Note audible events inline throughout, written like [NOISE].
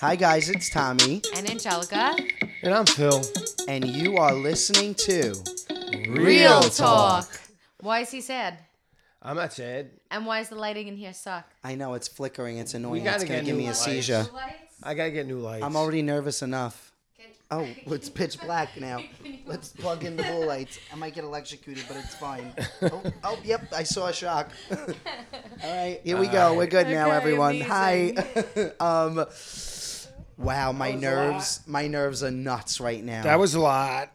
Hi, guys, it's Tommy, and Angelica. And I'm Phil. and you are listening to. Real talk. Why is he sad? I'm not sad. And why is the lighting in here suck? I know it's flickering, it's annoying, gotta it's going get to give new me a lights. seizure. I gotta get new lights. I'm already nervous enough. Oh, it's pitch black [LAUGHS] now. Let's plug in the blue lights. I might get electrocuted, but it's fine. Oh, oh yep, I saw a [LAUGHS] shock. All right, here we go. We're good now, Okay, everyone. Hi. [LAUGHS] um, wow, my nerves, my nerves are nuts right now. That was a lot.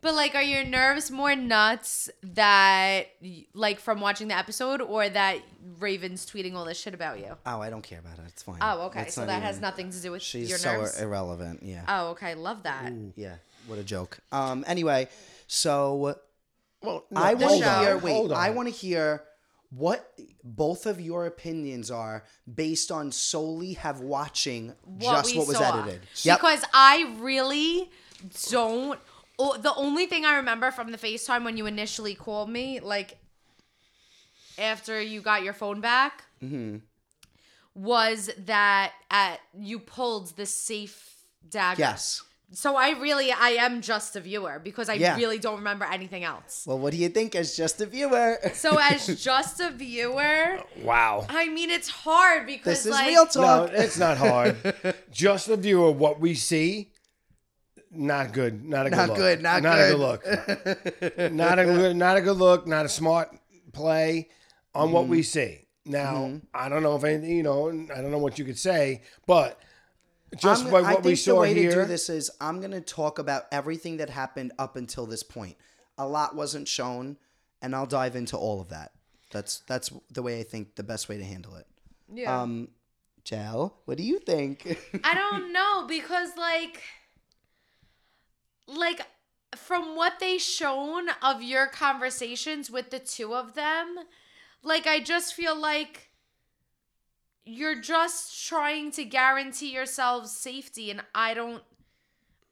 But like, are your nerves more nuts that y- like from watching the episode, or that Raven's tweeting all this shit about you? oh, I don't care about it. It's fine. Oh, okay. Let's so not that even- has nothing to do with She's your so nerves. irrelevant. Yeah. oh, okay. Love that. Yeah, what a joke. Um. Anyway, so Well, I want hold to on, hear. Wait, I want to hear what both of your opinions are based on solely have watching just we what was saw. edited. Yep. Because I really don't. Oh, the only thing I remember from the FaceTime when you initially called me, like after you got your phone back, Mm-hmm. was that at you pulled the safe dagger. yes. So I really, I am just a viewer because I Yeah. really don't remember anything else. Well, what do you think as just a viewer? [LAUGHS] So as just a viewer, Wow. I mean it's hard because This is like real No, talk. it's not [LAUGHS] hard. Just the view of what we see. Not good. Not a good Not look. good, not a [LAUGHS] good look. not a good. Not a good look. Not a smart play on what Mm-hmm. we see. Now I don't know if anything. You know, I don't know what you could say, but just I'm- by I what think we saw the way here. to do this is I'm going to talk about everything that happened up until this point. A lot wasn't shown, and I'll dive into all of that. That's that's the way I think the best way to handle it. yeah. Um, Jel, what do you think? [LAUGHS] I don't know because like like from what they shown of your conversations with the two of them, like I just feel like you're just trying to guarantee yourselves safety and I don't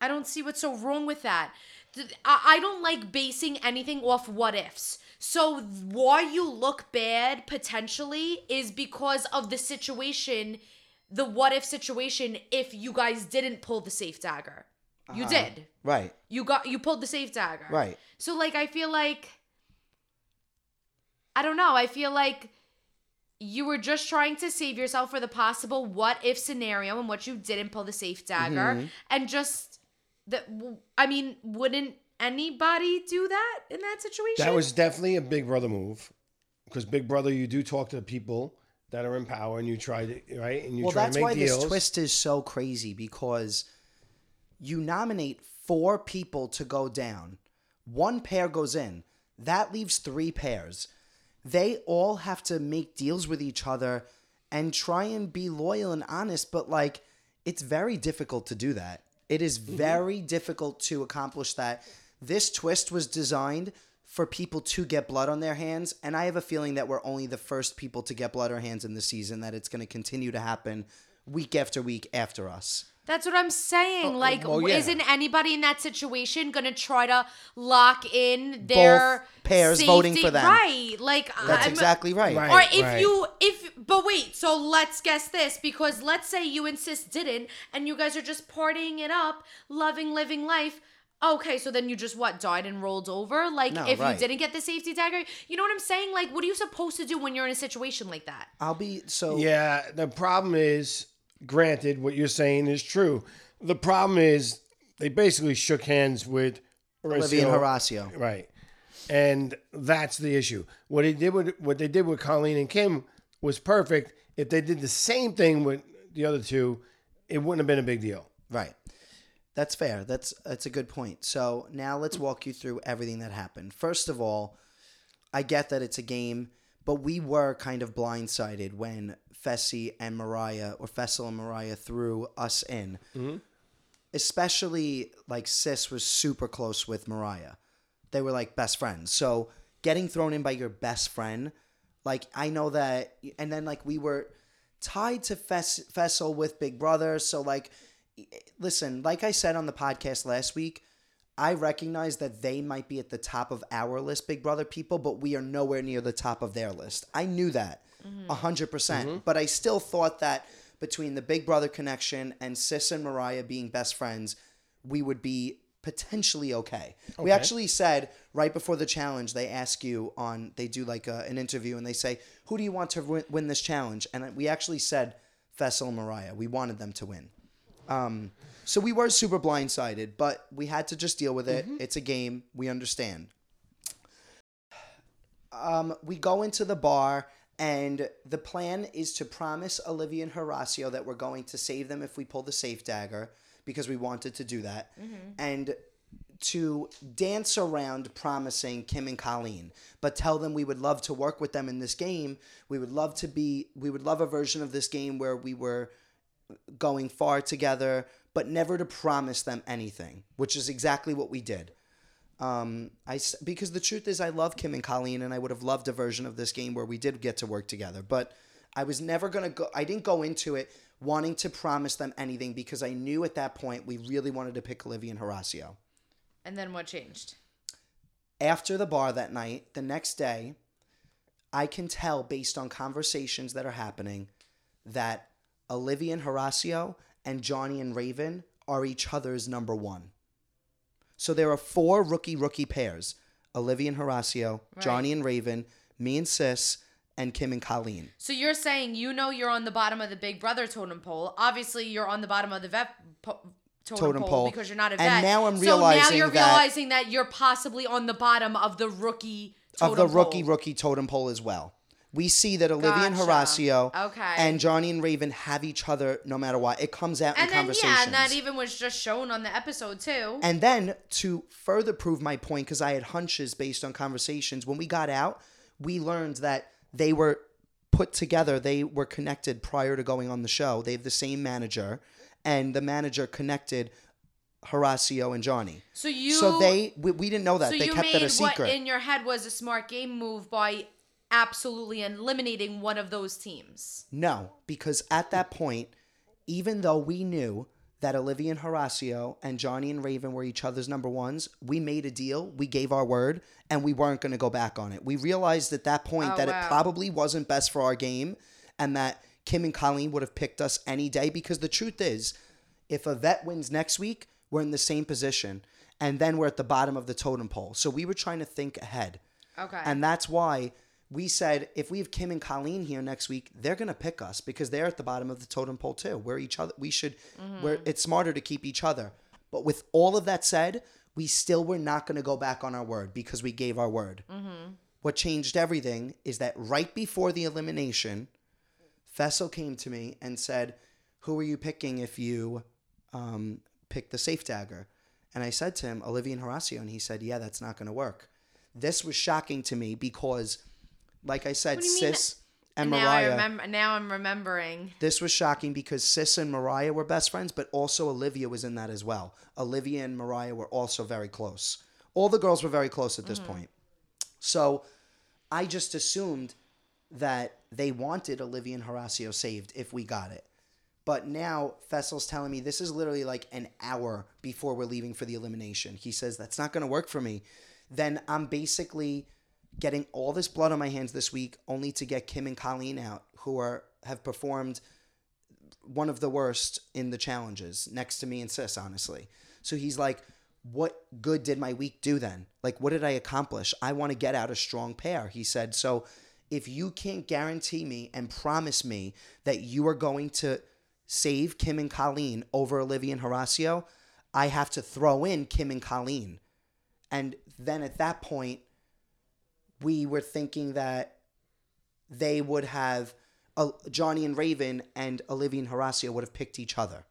I don't see what's so wrong with that. Th- I I don't like basing anything off what ifs. So why you look bad potentially is because of the situation the what if situation if you guys didn't pull the safe dagger. You Uh-huh. did. right, You got you pulled the safe dagger. right. So like I feel like I don't know. I feel like you were just trying to save yourself for the possible what if scenario and what you didn't pull the safe dagger Mm-hmm. and just that I mean wouldn't anybody do that in that situation? That was definitely a Big Brother move, because Big Brother, you do talk to the people that are in power, and you try to right, and you Well, try that's to make why deals. this twist is so crazy because you nominate four people to go down. One pair goes in. That leaves three pairs. They all have to make deals with each other and try and be loyal and honest, but like it's very difficult to do that. It is Mm-hmm. very difficult to accomplish that. This twist was designed for people to get blood on their hands, and I have a feeling that we're only the first people to get blood on our hands in the season, that it's going to continue to happen week after week after us. That's what I'm Oh, saying. like, well, yeah. isn't anybody in that situation gonna try to lock in their pairs voting safety- for them. Right. Like That's I'm- exactly right. Right. Or if right. you if but wait, so let's guess this because let's say you insist didn't and you guys are just partying it up, loving living life. Okay, so then you just what died and rolled over? Like No, if right. you didn't get the safety dagger, you know what I'm saying? Like what are you supposed to do when you're in a situation like that? I'll be so. yeah, the problem is, granted, what you're saying is true. The problem is they basically shook hands with Olivia and Horacio. Horacio. right? And that's the issue. What he did with what they did with Colleen and Kim was perfect. If they did the same thing with the other two, it wouldn't have been a big deal. Right. That's fair. That's that's a good point. So now let's walk you through everything that happened. First of all, I get that it's a game, but we were kind of blindsided when Fessy and Mariah or Fessel and Mariah threw us in. Especially like Sis was super close with Mariah. They were like best friends. So getting thrown in by your best friend, like I know that and then like we were tied to Fess- Fessel with Big Brother, so like listen, like I said on the podcast last week, I recognize that they might be at the top of our list, Big Brother people, but we are nowhere near the top of their list. I knew that a 100%. But I still thought that between the Big Brother connection and Sis and Mariah being best friends, we would be potentially okay. We Okay. actually said right before the challenge, they ask you on, they do like a, an interview and they say, Who do you want to win, win this challenge? And we actually said Fessel and Mariah. We wanted them to win. Um, so we were super blindsided, but we had to just deal with it. It's a game. We understand. Um, we go into the bar, and the plan is to promise Olivia and Horacio that we're going to save them if we pull the safe dagger because we wanted to do that, and to dance around promising Kim and Colleen, but tell them we would love to work with them in this game. We would love to be. We would love a version of this game where we were going far together, but never to promise them anything, which is exactly what we did. Um, I s- because the truth is, I love Kim and Colleen, and I would have loved a version of this game where we did get to work together. But I was never gonna go. I didn't go into it wanting to promise them anything because I knew at that point we really wanted to pick Olivia and Horacio. And then what changed? After the bar that night, the next day, I can tell based on conversations that are happening that Olivia and Horacio and Johnny and Raven are each other's number one. So there are four rookie rookie pairs Olivia and Horacio, Johnny and Raven, me and Sis, and Kim and Colleen. So you're saying you know you're on the bottom of the Big Brother totem pole. Obviously, you're on the bottom of the vet po- totem, Totem pole, pole. because you're not a And vet. now I'm So now realizing you're that- realizing that you're possibly on the bottom of the rookie totem of the rookie pole. rookie totem pole as well. We see that Olivia and Gotcha. Horacio Okay. and Johnny and Raven have each other no matter what. It comes out And in then conversations. yeah, and that even was just shown on the episode too. And then to further prove my point, because I had hunches based on conversations, when we got out, we learned that they were put together, they were connected prior to going on the show. They have the same manager, and the manager connected Horacio and Johnny. so you so they, we, we didn't know that. so they you kept made that a secret. what in your head was a smart game move by absolutely eliminating one of those teams. No, because at that point, even though we knew that Olivia and Horacio and Johnny and Raven were each other's number ones, we made a deal, we gave our word, and we weren't going to go back on it. We realized at that point Oh, that wow. it probably wasn't best for our game and that Kim and Colleen would have picked us any day because the truth is, if a vet wins next week, we're in the same position and then we're at the bottom of the totem pole. So we were trying to think ahead. Okay. And that's why we said if we have Kim and Colleen here next week, they're gonna pick us because they're at the bottom of the totem pole too. We're each other. We should. We're, it's smarter to keep each other. But with all of that said, we still were not gonna go back on our word because we gave our word. What changed everything is that right before the elimination, Fessel came to me and said, "Who are you picking if you um, pick the safe dagger?" And I said to him, "Olivia and Horacio," and he said, "Yeah, that's not going to work." This was shocking to me because, like I said, What do you mean? Sis and now I Mariah. remember. Now I'm remembering. this was shocking because Sis and Mariah were best friends, but also Olivia was in that as well. Olivia and Mariah were also very close. All the girls were very close at this point. So I just assumed that they wanted Olivia and Horacio saved if we got it. But now Fessel's telling me this is literally like an hour before we're leaving for the elimination. He says, that's not going to work for me. Then I'm basically getting all this blood on my hands this week only to get Kim and Colleen out, who are have performed one of the worst in the challenges next to me and sis honestly so he's like what good did my week do then like what did i accomplish i want to get out a strong pair he said so if you can't guarantee me and promise me that you are going to save kim and colleen over olivia and horacio i have to throw in kim and colleen and then at that point we were thinking that they would have uh, Johnny and Raven and Olivia and Horacio would have picked each other.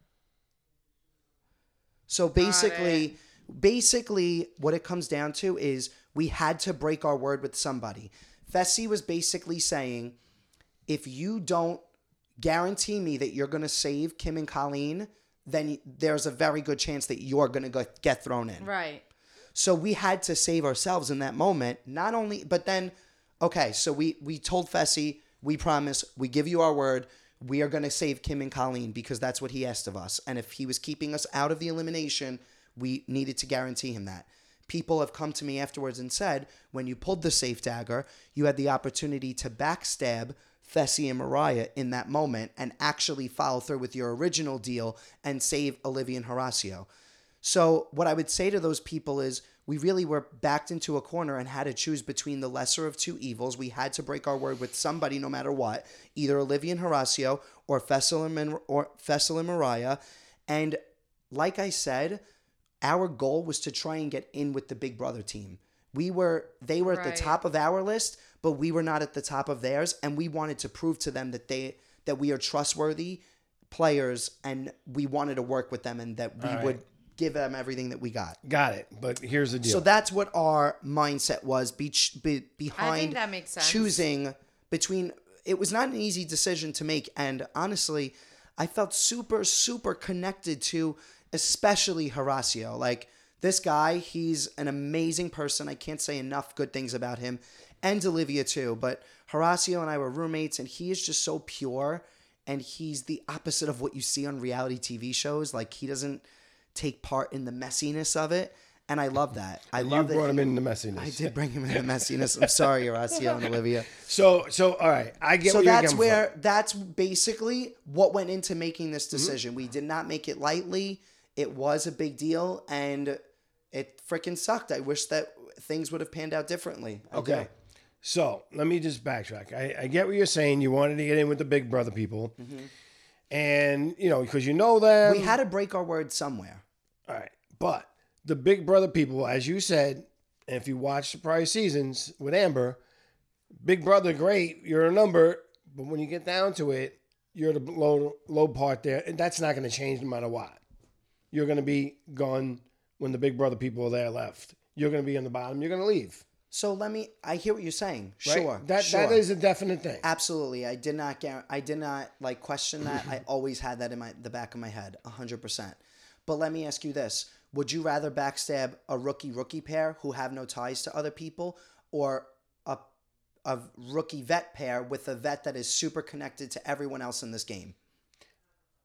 So basically, basically, what it comes down to is we had to break our word with somebody. Fessy was basically saying, if you don't guarantee me that you're going to save Kim and Colleen, then there's a very good chance that you're going to get thrown in. Right. So we had to save ourselves in that moment. Not only, but then, okay, so we we told Fessy, we promise, we give you our word, we are going to save Kim and Colleen because that's what he asked of us. And if he was keeping us out of the elimination, we needed to guarantee him that. People have come to me afterwards and said, when you pulled the safe dagger, you had the opportunity to backstab Fessy and Mariah in that moment and actually follow through with your original deal and save Olivia and Horacio. So, what I would say to those people is we really were backed into a corner and had to choose between the lesser of two evils. We had to break our word with somebody no matter what, either Olivia and Horacio or Fessel and, Man- or Fessel and Mariah. And like I said, our goal was to try and get in with the Big Brother team. We were they were at Right. the top of our list, but we were not at the top of theirs, and we wanted to prove to them that they that we are trustworthy players, and we wanted to work with them, and that we Alright. would give them everything that we got. Got it. But here's the deal. So that's what our mindset was be, be, behind that makes sense. choosing between. It was not an easy decision to make. And honestly, I felt super, super connected to, especially Horacio. Like, this guy, he's an amazing person. I can't say enough good things about him and Olivia, too. But Horacio and I were roommates, and he is just so pure. And he's the opposite of what you see on reality TV shows. Like, he doesn't take part in the messiness of it. And I love that. I you love that. brought him he- in the messiness. I did bring him in the messiness. I'm sorry, Horacio and [LAUGHS] Olivia. So so all right. I get So where you're that's coming from. where that's basically what went into making this decision. We did not make it lightly. It was a big deal, and it freaking sucked. I wish that things would have panned out differently. I Okay. do. So let me just backtrack. I, I get what you're saying. You wanted to get in with the Big Brother people. And, you know, because you know them. Mm-hmm. we had to break our word somewhere. All right. But the Big Brother people, as you said, and if you watch the prior seasons with Amber, Big Brother, great, you're a number. But when you get down to it, you're the low, low part there. And that's not going to change no matter what. You're going to be gone when the Big Brother people are there left. You're going to be on the bottom. You're going to leave. So let me. I hear what you're saying. Right? Sure. That, sure. That is a definite thing. Absolutely. I did not guar- I did not like question that. [LAUGHS] I always had that in my the back of my head, 100%. But let me ask you this. Would you rather backstab a rookie rookie pair who have no ties to other people or a a rookie vet pair with a vet that is super connected to everyone else in this game?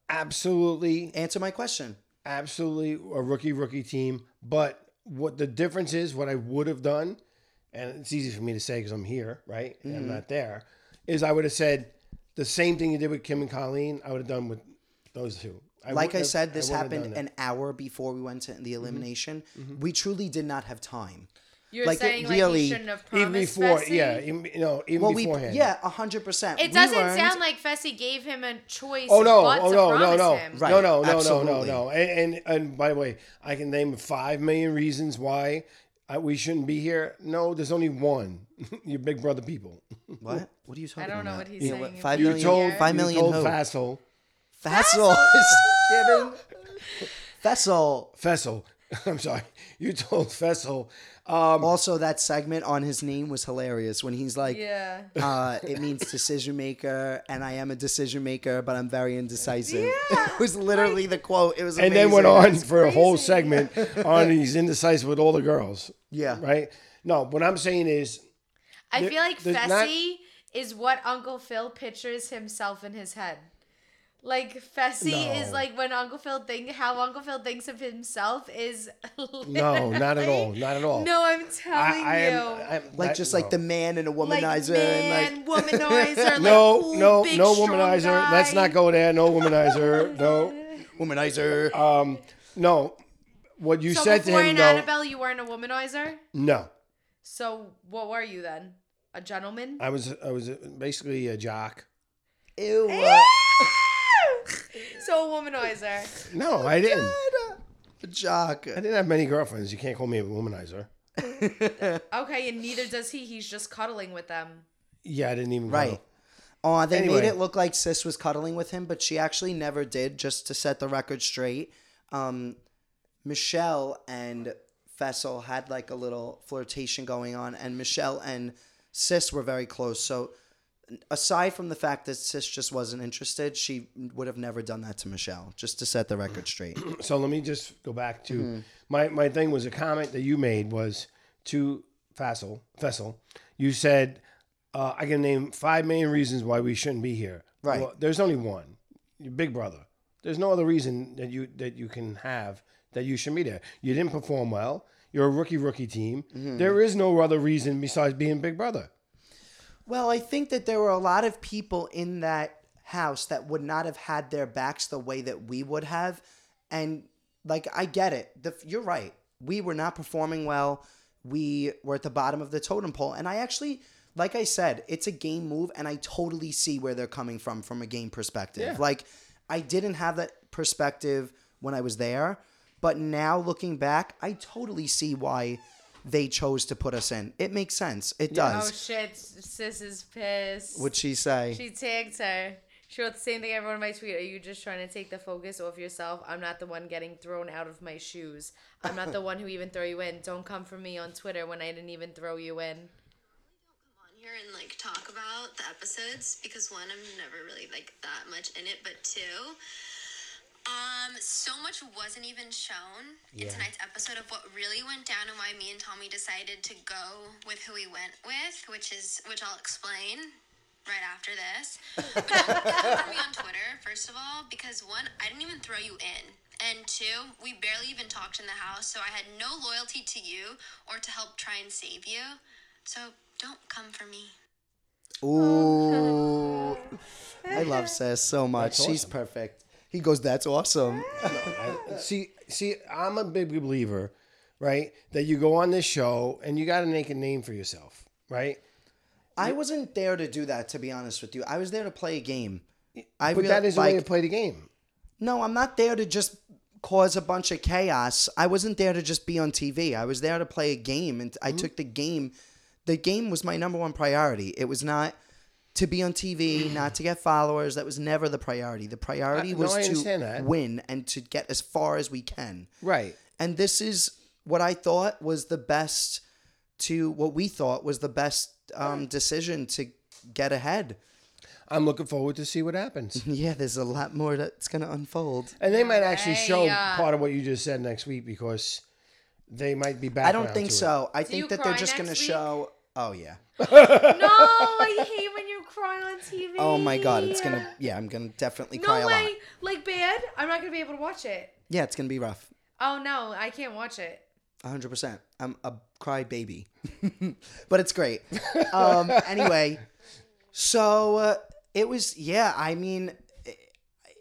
Absolutely. Answer my question. absolutely a rookie rookie team. But what the difference is, what I would have done, and it's easy for me to say because I'm here, right? And Mm-hmm. I'm not there, is I would have said the same thing you did with Kim and Colleen. I would have done with those two. like I wouldn't said, have- this wouldn't have happened done Mm-hmm. an hour before we went to the elimination. We truly did not have time. You're Like, it saying like really- he shouldn't have that. even promised before, Fessy? yeah, even, you know, even Well, beforehand. we yeah, hundred percent. It doesn't sound like Fessy gave him a choice. Oh no! but Oh to no! No promise no! Him. Right. No no! No no! No absolutely. no! And, and and by the way, I can name five million reasons why I, we shouldn't be here. No, there's only one. [LAUGHS] Your Big Brother people. what? What are you talking I about? don't know what he's You saying. what, in five You million- told five you million told who? Fassel. Vessel [LAUGHS] is kidding. Vessel. Fessel. [LAUGHS] I'm sorry. You told Fessel. Um, Also, that segment on his name was hilarious when he's like, Yeah. uh, it means decision maker, and I am a decision maker, but I'm very indecisive. [LAUGHS] Yeah, it was literally the quote. It was and amazing. then went on for a whole crazy. segment [LAUGHS] on he's indecisive with all the girls. Yeah. Right? No, what I'm saying is I There- feel like there's Fessy not- is what Uncle Phil pictures himself in his head. Like Fessy is No. like when Uncle Phil think how Uncle Phil thinks of himself is [LAUGHS] no, not at literally- all. Not at all. No, I'm telling I, I you. am I'm, Like, that- just no. like the man and a like womanizer. man, and like, [LAUGHS] womanizer. Like, no, cool, no, big, no strong womanizer. Let's guy. not go there. No womanizer. no, womanizer. um, no. What you So said to before him, in though, Annabelle, you weren't a womanizer. no. So what were you then? A gentleman? I was, I was basically a jock. Ew. [LAUGHS] [LAUGHS] so a womanizer. No, I didn't. Jock. I didn't have many girlfriends. You can't call me a womanizer. Okay, and neither does he. He's just cuddling with them. Yeah, I didn't even Right. Know. Oh, they made Anyway. it look like Sis was cuddling with him, but she actually never did. Just to set the record straight, um, Michelle and Fessel had like a little flirtation going on, and Michelle and Sis were very close. So, aside from the fact that Sis just wasn't interested, she would have never done that to Michelle. Just to set the record straight. So let me just go back to my my thing was a comment that you made was to Fessel Fessel. You said uh, I can name five main reasons why we shouldn't be here. Right. there's only one. Your big brother. There's no other reason that you that you can have that you should be there. You didn't perform well. You're a rookie rookie team. There is no other reason besides being big brother. Well, I think that there were a lot of people in that house that would not have had their backs the way that we would have. And like, I get it. The, you're right. We were not performing well. We were at the bottom of the totem pole. And I actually, like I said, it's a game move. And I totally see where they're coming from from a game perspective. Yeah. Like, I didn't have that perspective when I was there. But now looking back, I totally see why they chose to put us in. It makes sense. It Oh does. shit, sis is pissed. What'd she say? She tagged her. She wrote the same thing I wrote in my tweet. Are you just trying to take the focus off yourself? I'm not the one getting thrown out of my shoes. I'm not the one who even threw you in. Don't come for me on Twitter when I didn't even throw [LAUGHS] you in. on here and like talk about the episodes because one, I'm never really like that much in it, but two, um, so much wasn't even shown in tonight's episode of what really went down and why me and Tommy decided to go with who we went with, which is which I'll explain right after this. But don't come for me on Twitter, first of all, because one, I didn't even throw you in. And two, we barely even talked in the house, so I had no loyalty to you or to help try and save you. So don't come for me. Ooh. I love Sis so much. That's She's awesome. perfect. He goes, That's awesome. I- see, see, I'm a big believer, right? That you go on this show and you got to make a name for yourself, right? I wasn't there to do that, to be honest with you. I was there to play a game. I But really, that is a way like, to play the game. No, I'm not there to just cause a bunch of chaos. I wasn't there to just be on TV. I was there to play a game and Mm-hmm. I took the game. The game was my number one priority. It was not to be on [CLEARS THROAT] TV, not to get followers. That was never the priority. The priority Uh, no, was I to understand that. win and to get as far as we can. Right. And this is what I thought was the best to what we thought was the best um, decision to get ahead. I'm looking forward to see what happens. [LAUGHS] Yeah, there's a lot more that's going to unfold. And they might actually Hey, show uh, part of what you just said next week because they might be back. I don't around think to it. so. I you think that they're cry just going to next week? show. Oh, yeah. No, I hate when you cry on TV. Oh, my God. It's going to. Yeah, I'm going to definitely cry No a lot. way, like bad. I'm not gonna be able to watch it. Yeah, it's going to be rough. Oh no, I can't watch it. 100%. I'm a cry baby. [LAUGHS] but it's great. Um, anyway, so uh, it was, yeah, I mean, i-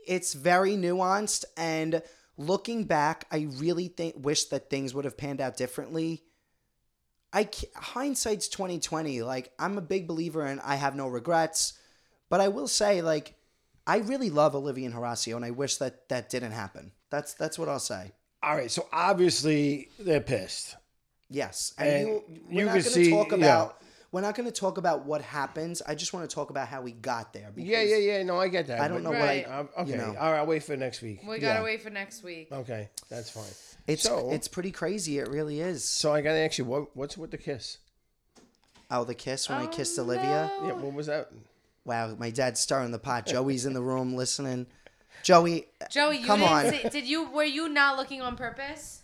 it's very nuanced. And looking back, I really think wish that things would have panned out differently. I ca- hindsight's 2020. Like, I'm a big believer in I have no regrets. But I will say, like, I really love Olivia and Horacio, and I wish that that didn't happen. That's that's what I'll say. All right. So obviously they're pissed. Yes, and, And you, we're you not can going to see- talk yeah. about we're not going to talk about what happens. I just want to talk about how we got there. Because Yeah, yeah, yeah. No, I get that. I don't know but- what Right. I, Um, okay. you know. All right. I'll wait for next week. We gotta Yeah. wait for next week. Okay. That's fine. it's so, it's pretty crazy. It really is. so I got to ask you, what, what's with the kiss? Oh, the kiss when I Oh, kissed Olivia. no. Yeah. What was that? Wow, my dad's stirring the pot. Joey's in the room listening. Joey, Joey, you Come didn't on. say- did you? Were you not looking on purpose?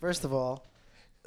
First of all,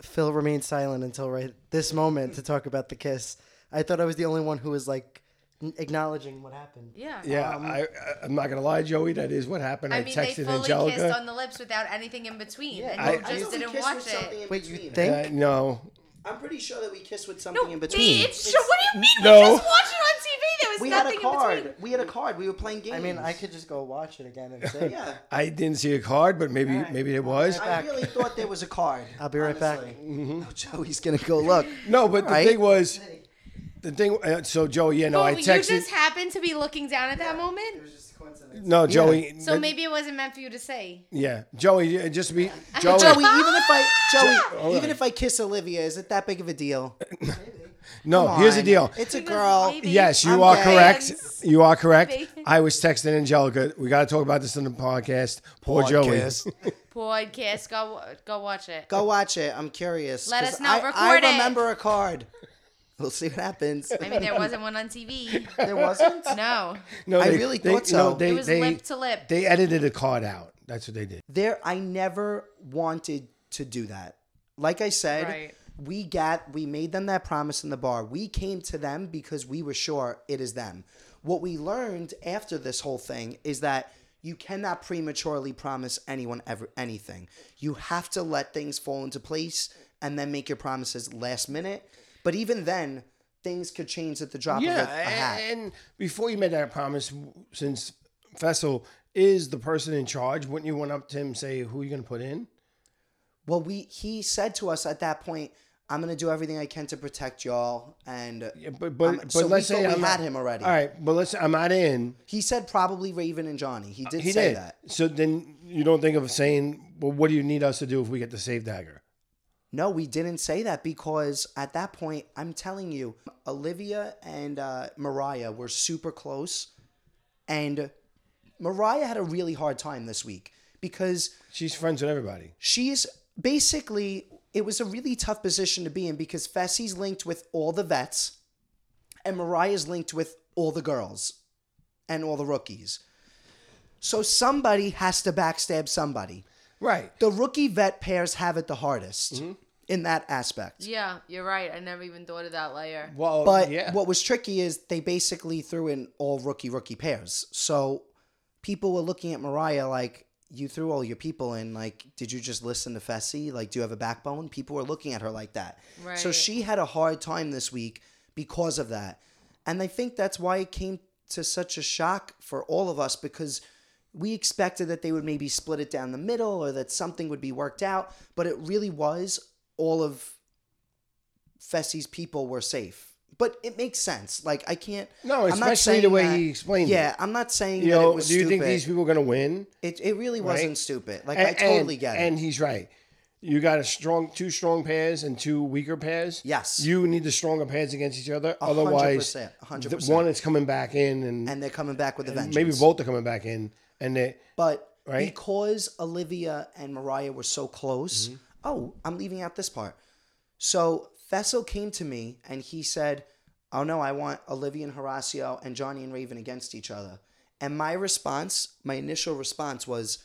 Phil remained silent until right this moment to talk about the kiss. I thought I was the only one who was like n- acknowledging what happened. Yeah. Yeah, I, I, I'm not gonna lie, Joey. That is what happened. Um, I, I mean, they texted fully kissed Angelica. on the lips without anything in between, and I- you just didn't watch it. Wait, you think? Uh, no, I'm pretty sure that we kissed with No, something in bitch. between. what do you mean? No. We just watched it on TV. There was we had nothing a card. in between. We had a card. We were playing games. I mean, I could just go watch it again and [LAUGHS] say, Yeah, I didn't see a card, but maybe maybe it was. I really thought there was a card. [LAUGHS] I'll be right back. honestly. [LAUGHS] Oh, Joey's gonna go look. No, but the Right? thing was, the thing. Uh, so Joey, yeah, no, Oh, I you texted. just happened to be looking down at that moment, No, Joey. so but- maybe it wasn't meant for you to say. Yeah, Joey. yeah, [LAUGHS] Just be Joey. Joey, even if [LAUGHS] I Joey, Hold even on. if I kiss Olivia, is it that big of a deal? no, here's the Fine. deal. It's a Because girl. maybe- Yes, you I'm are gay. correct. Fans. You are correct. Fans. I was texting Angelica. We got to talk about this on the podcast. Poor Podcast. Joey. Podcast, go go watch it. [LAUGHS] Go watch it. I'm curious. Let 'cause us know. I, Record it. I remember a card. We'll see what happens. I mean, there wasn't one on [LAUGHS] TV. there wasn't. No, No, I really thought you know, so. they, it was they, lip to lip. they edited a card out. That's what they did. There, I never wanted to do that. Like I said, Right. we got we made them that promise in the bar. We came to them because we were sure it is them. What we learned after this whole thing is that you cannot prematurely promise anyone ever anything. You have to let things fall into place and then make your promises last minute. But even then, things could change at the drop yeah, of a, a hat. and, and before you made that promise, since Fessel is the person in charge, wouldn't you want up to him and say who you going to put in? well, we he said to us at that point, "I'm gonna do everything I can to protect y'all," and Yeah, but but, I'm- but so we let's say thought we I'm had not- him already. All right, but let's. I'm not in. he said probably Raven and Johnny. He did Uh, he say did. that. So then you don't think of saying, well, what do you need us to do if we get the save dagger? No, we didn't say that because at that point, I'm telling you, Olivia and uh, Mariah were super close, and Mariah had a really hard time this week because She's friends with everybody. she's basically it was a really tough position to be in because Fessy's linked with all the vets and Mariah's linked with all the girls and all the rookies. So somebody has to backstab somebody. Right. The rookie vet pairs have it the hardest in that aspect. Yeah, you're right. I never even thought of that layer. Well, But yeah. what was tricky is they basically threw in all rookie rookie pairs. So people were looking at Mariah like, you threw all your people in. Like, did you just listen to Fessy? Like, do you have a backbone? People were looking at her like that. So Right. she had a hard time this week because of that. And I think that's why it came to such a shock for all of us because we expected that they would maybe split it down the middle or that something would be worked out. But it really was all of Fessy's people were safe. But it makes sense. Like I can't. No, I'm not especially the saying way that- he explained it. Yeah, I'm not saying you that know, it was do you stupid. think these people are going to win? it it really Right. wasn't stupid. Like I And- totally and- get it. And he's right. You got a strong, two strong pairs and two weaker pairs. Yes. You need the stronger pairs against each other. hundred Otherwise, percent, a hundred the percent. one is coming back in, and, and they're coming back with a vengeance. maybe both are coming back in, and they. But Right? because Olivia and Mariah were so close, oh, I'm leaving out this part. So Fessel came to me and he said, Oh no, I want Olivia and Horacio and Johnny and Raven against each other. And my response, my initial response was,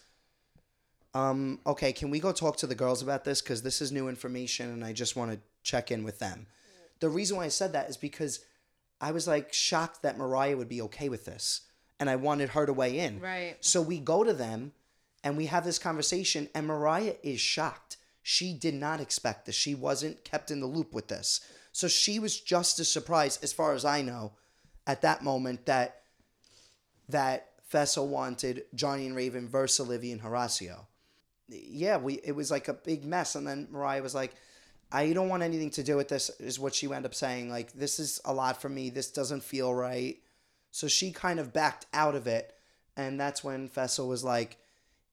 um, okay, can we go talk to the girls about this? Because this is new information and I just want to check in with them. The reason why I said that is because I was like shocked that Mariah would be okay with this. And I wanted her to weigh in. Right. So we go to them and we have this conversation, and Mariah is shocked. She did not expect this. She wasn't kept in the loop with this. So she was just as surprised, as far as I know, at that moment that that Fessel wanted Johnny and Raven versus Olivia and Horacio. Yeah, we it was like a big mess. And then Mariah was like, I don't want anything to do with this, is what she wound up saying. Like, this is a lot for me. This doesn't feel right. So she kind of backed out of it. And that's when Fessel was like,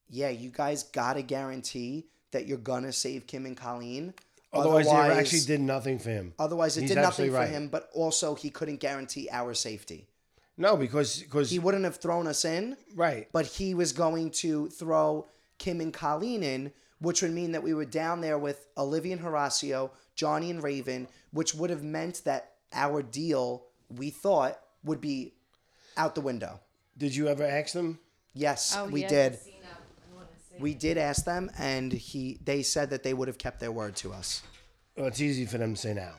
Yeah, you guys got to guarantee that you're going to save Kim and Colleen. Otherwise, they actually did nothing for him. Otherwise, it He's did nothing absolutely for right. him, but also he couldn't guarantee our safety. No, because because He wouldn't have thrown us in, right. but he was going to throw Kim and Colleen in, which would mean that we were down there with Olivia and Horacio, Johnny and Raven, which would have meant that our deal, we thought, would be out the window. Did you ever ask them? Yes, Oh, we yes, did. I've seen that. I wanna see We did ask them, and he they said that they would have kept their word to us. Well, it's easy for them to say now.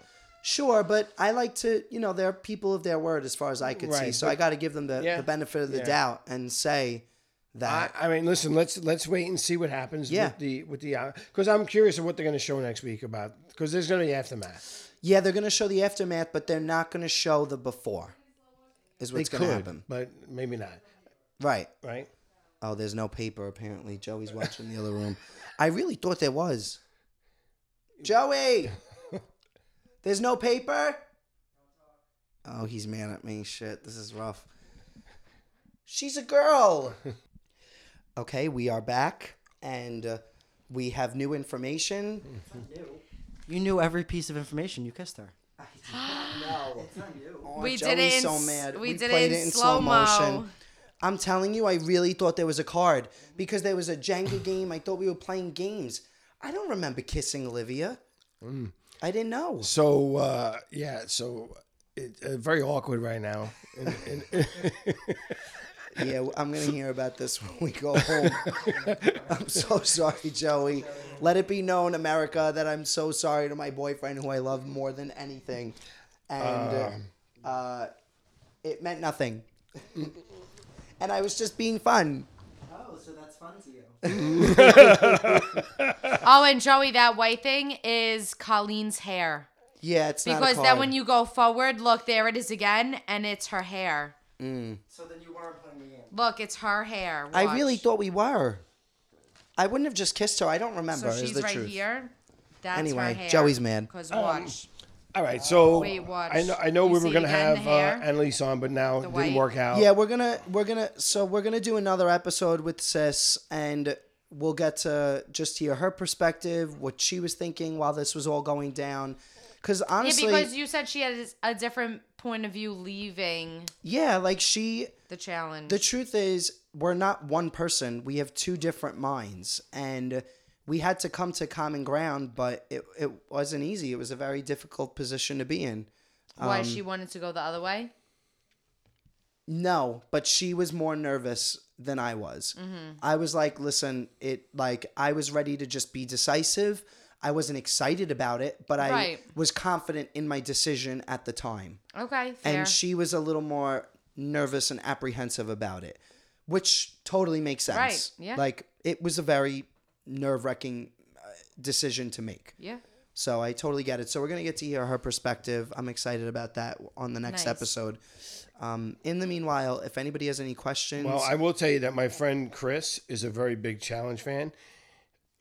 Sure, but I like to, you know, they're people of their word as far as I could see. Right, So but- I got to give them the, Yeah. the benefit of the Yeah. doubt and say I, that. I mean, listen. Let's let's wait and see what happens Yeah. with the with the because I'm curious of what they're going to show next week about because there's going to be aftermath. yeah, they're going to show the aftermath, but they're not going to show the before, is what's they going to could, happen. but maybe not. Right. Right? Oh, there's no paper, apparently. Joey's watching the other room. I really thought there was. Joey! [LAUGHS] There's no paper? Oh, he's mad at me. Shit, this is rough. She's a [LAUGHS] girl! okay, we are back, and uh, we have new information. You knew every piece of information. You kissed her. No. Oh, We Joey's did it in so s- mad. we did it played in slow-mo. I'm telling you, I really thought there was a card because there was a Jenga game. I thought we were playing games. I don't remember kissing Olivia. I didn't know. So uh, yeah, so it, uh, very awkward right now. And, and, Yeah, I'm gonna hear about this [LAUGHS] when we go home. I'm so sorry, Joey. Let it be known, America, that I'm so sorry to my boyfriend, who I love more than anything, and uh, uh, it meant nothing. [LAUGHS] and I was just being fun. Oh, so that's fun to you. Oh, and Joey, that white thing is Colleen's hair. Yeah, it's not because then when you go forward, look there it is again, and it's her hair. So then you weren't playing the game. Look, it's her hair. I really Watch. thought we were. I wouldn't have just kissed her. I don't remember. so. is She's the right truth. here. That's Anyway, her hair. Joey's mad. Um, Cause watch. [LAUGHS] All right, so Wait, watch. I know I know You we see were gonna again have the uh, hair? Annalise on, but now it white? didn't work out. Yeah, we're gonna we're gonna so we're gonna do another episode with Sis, and we'll get to just hear her perspective, what she was thinking while this was all going down. Because honestly, yeah, yeah, because you said she had a different point of view leaving like she, the challenge. the truth is, we're not one person. We have two different minds, and we had to come to common ground. But it it wasn't easy. It was a very difficult position to be in. Why she um, wanted to go the other way? No, but she was more nervous than I was. Mm-hmm. I was like, listen, it like I was ready to just be decisive. I wasn't excited about it, but I Right. was confident in my decision at the time. Okay, fair. And she was a little more nervous and apprehensive about it, which totally makes sense. Right, yeah. Like it was a very nerve-wracking uh, decision to make. yeah. So I totally get it. So we're gonna get to hear her perspective. I'm excited about that on the next Nice. episode. Um, in the meanwhile, if anybody has any questions, Well, Oh, I will tell you that my friend Chris is a very big challenge fan,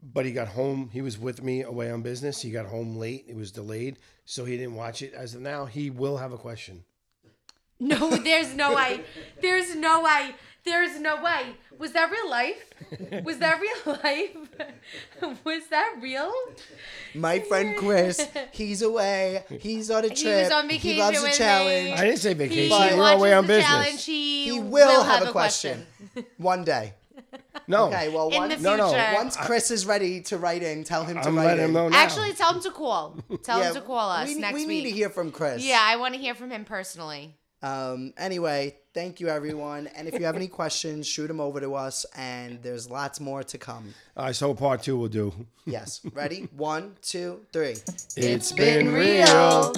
but he got home. He was with me away on business. He got home late. It was delayed, so he didn't watch it. As of now, he will have a question. [LAUGHS] No, there's no way. There's no way. There's no way. Was that real life? Was that real life? [LAUGHS] Was that real? my friend [LAUGHS] Chris, he's away. He's on a trip. on He vacation loves a with challenge. me. I didn't say vacation. watches we were away on the business. challenge. He, He will, have, a question. one day. No, Okay. Well, In one, the No, future. no, once Chris is ready to write in, tell him to I'm write letting in. him know now. Actually, tell him to call. Tell him to call us we, next we week. need to hear from Chris. yeah, I want to hear from him personally. Um, anyway, thank you everyone. And if [LAUGHS] you have any questions, shoot them over to us. And there's lots more to come. All right, so part two will do. [LAUGHS] Yes. Ready? One, two, three. It's been real.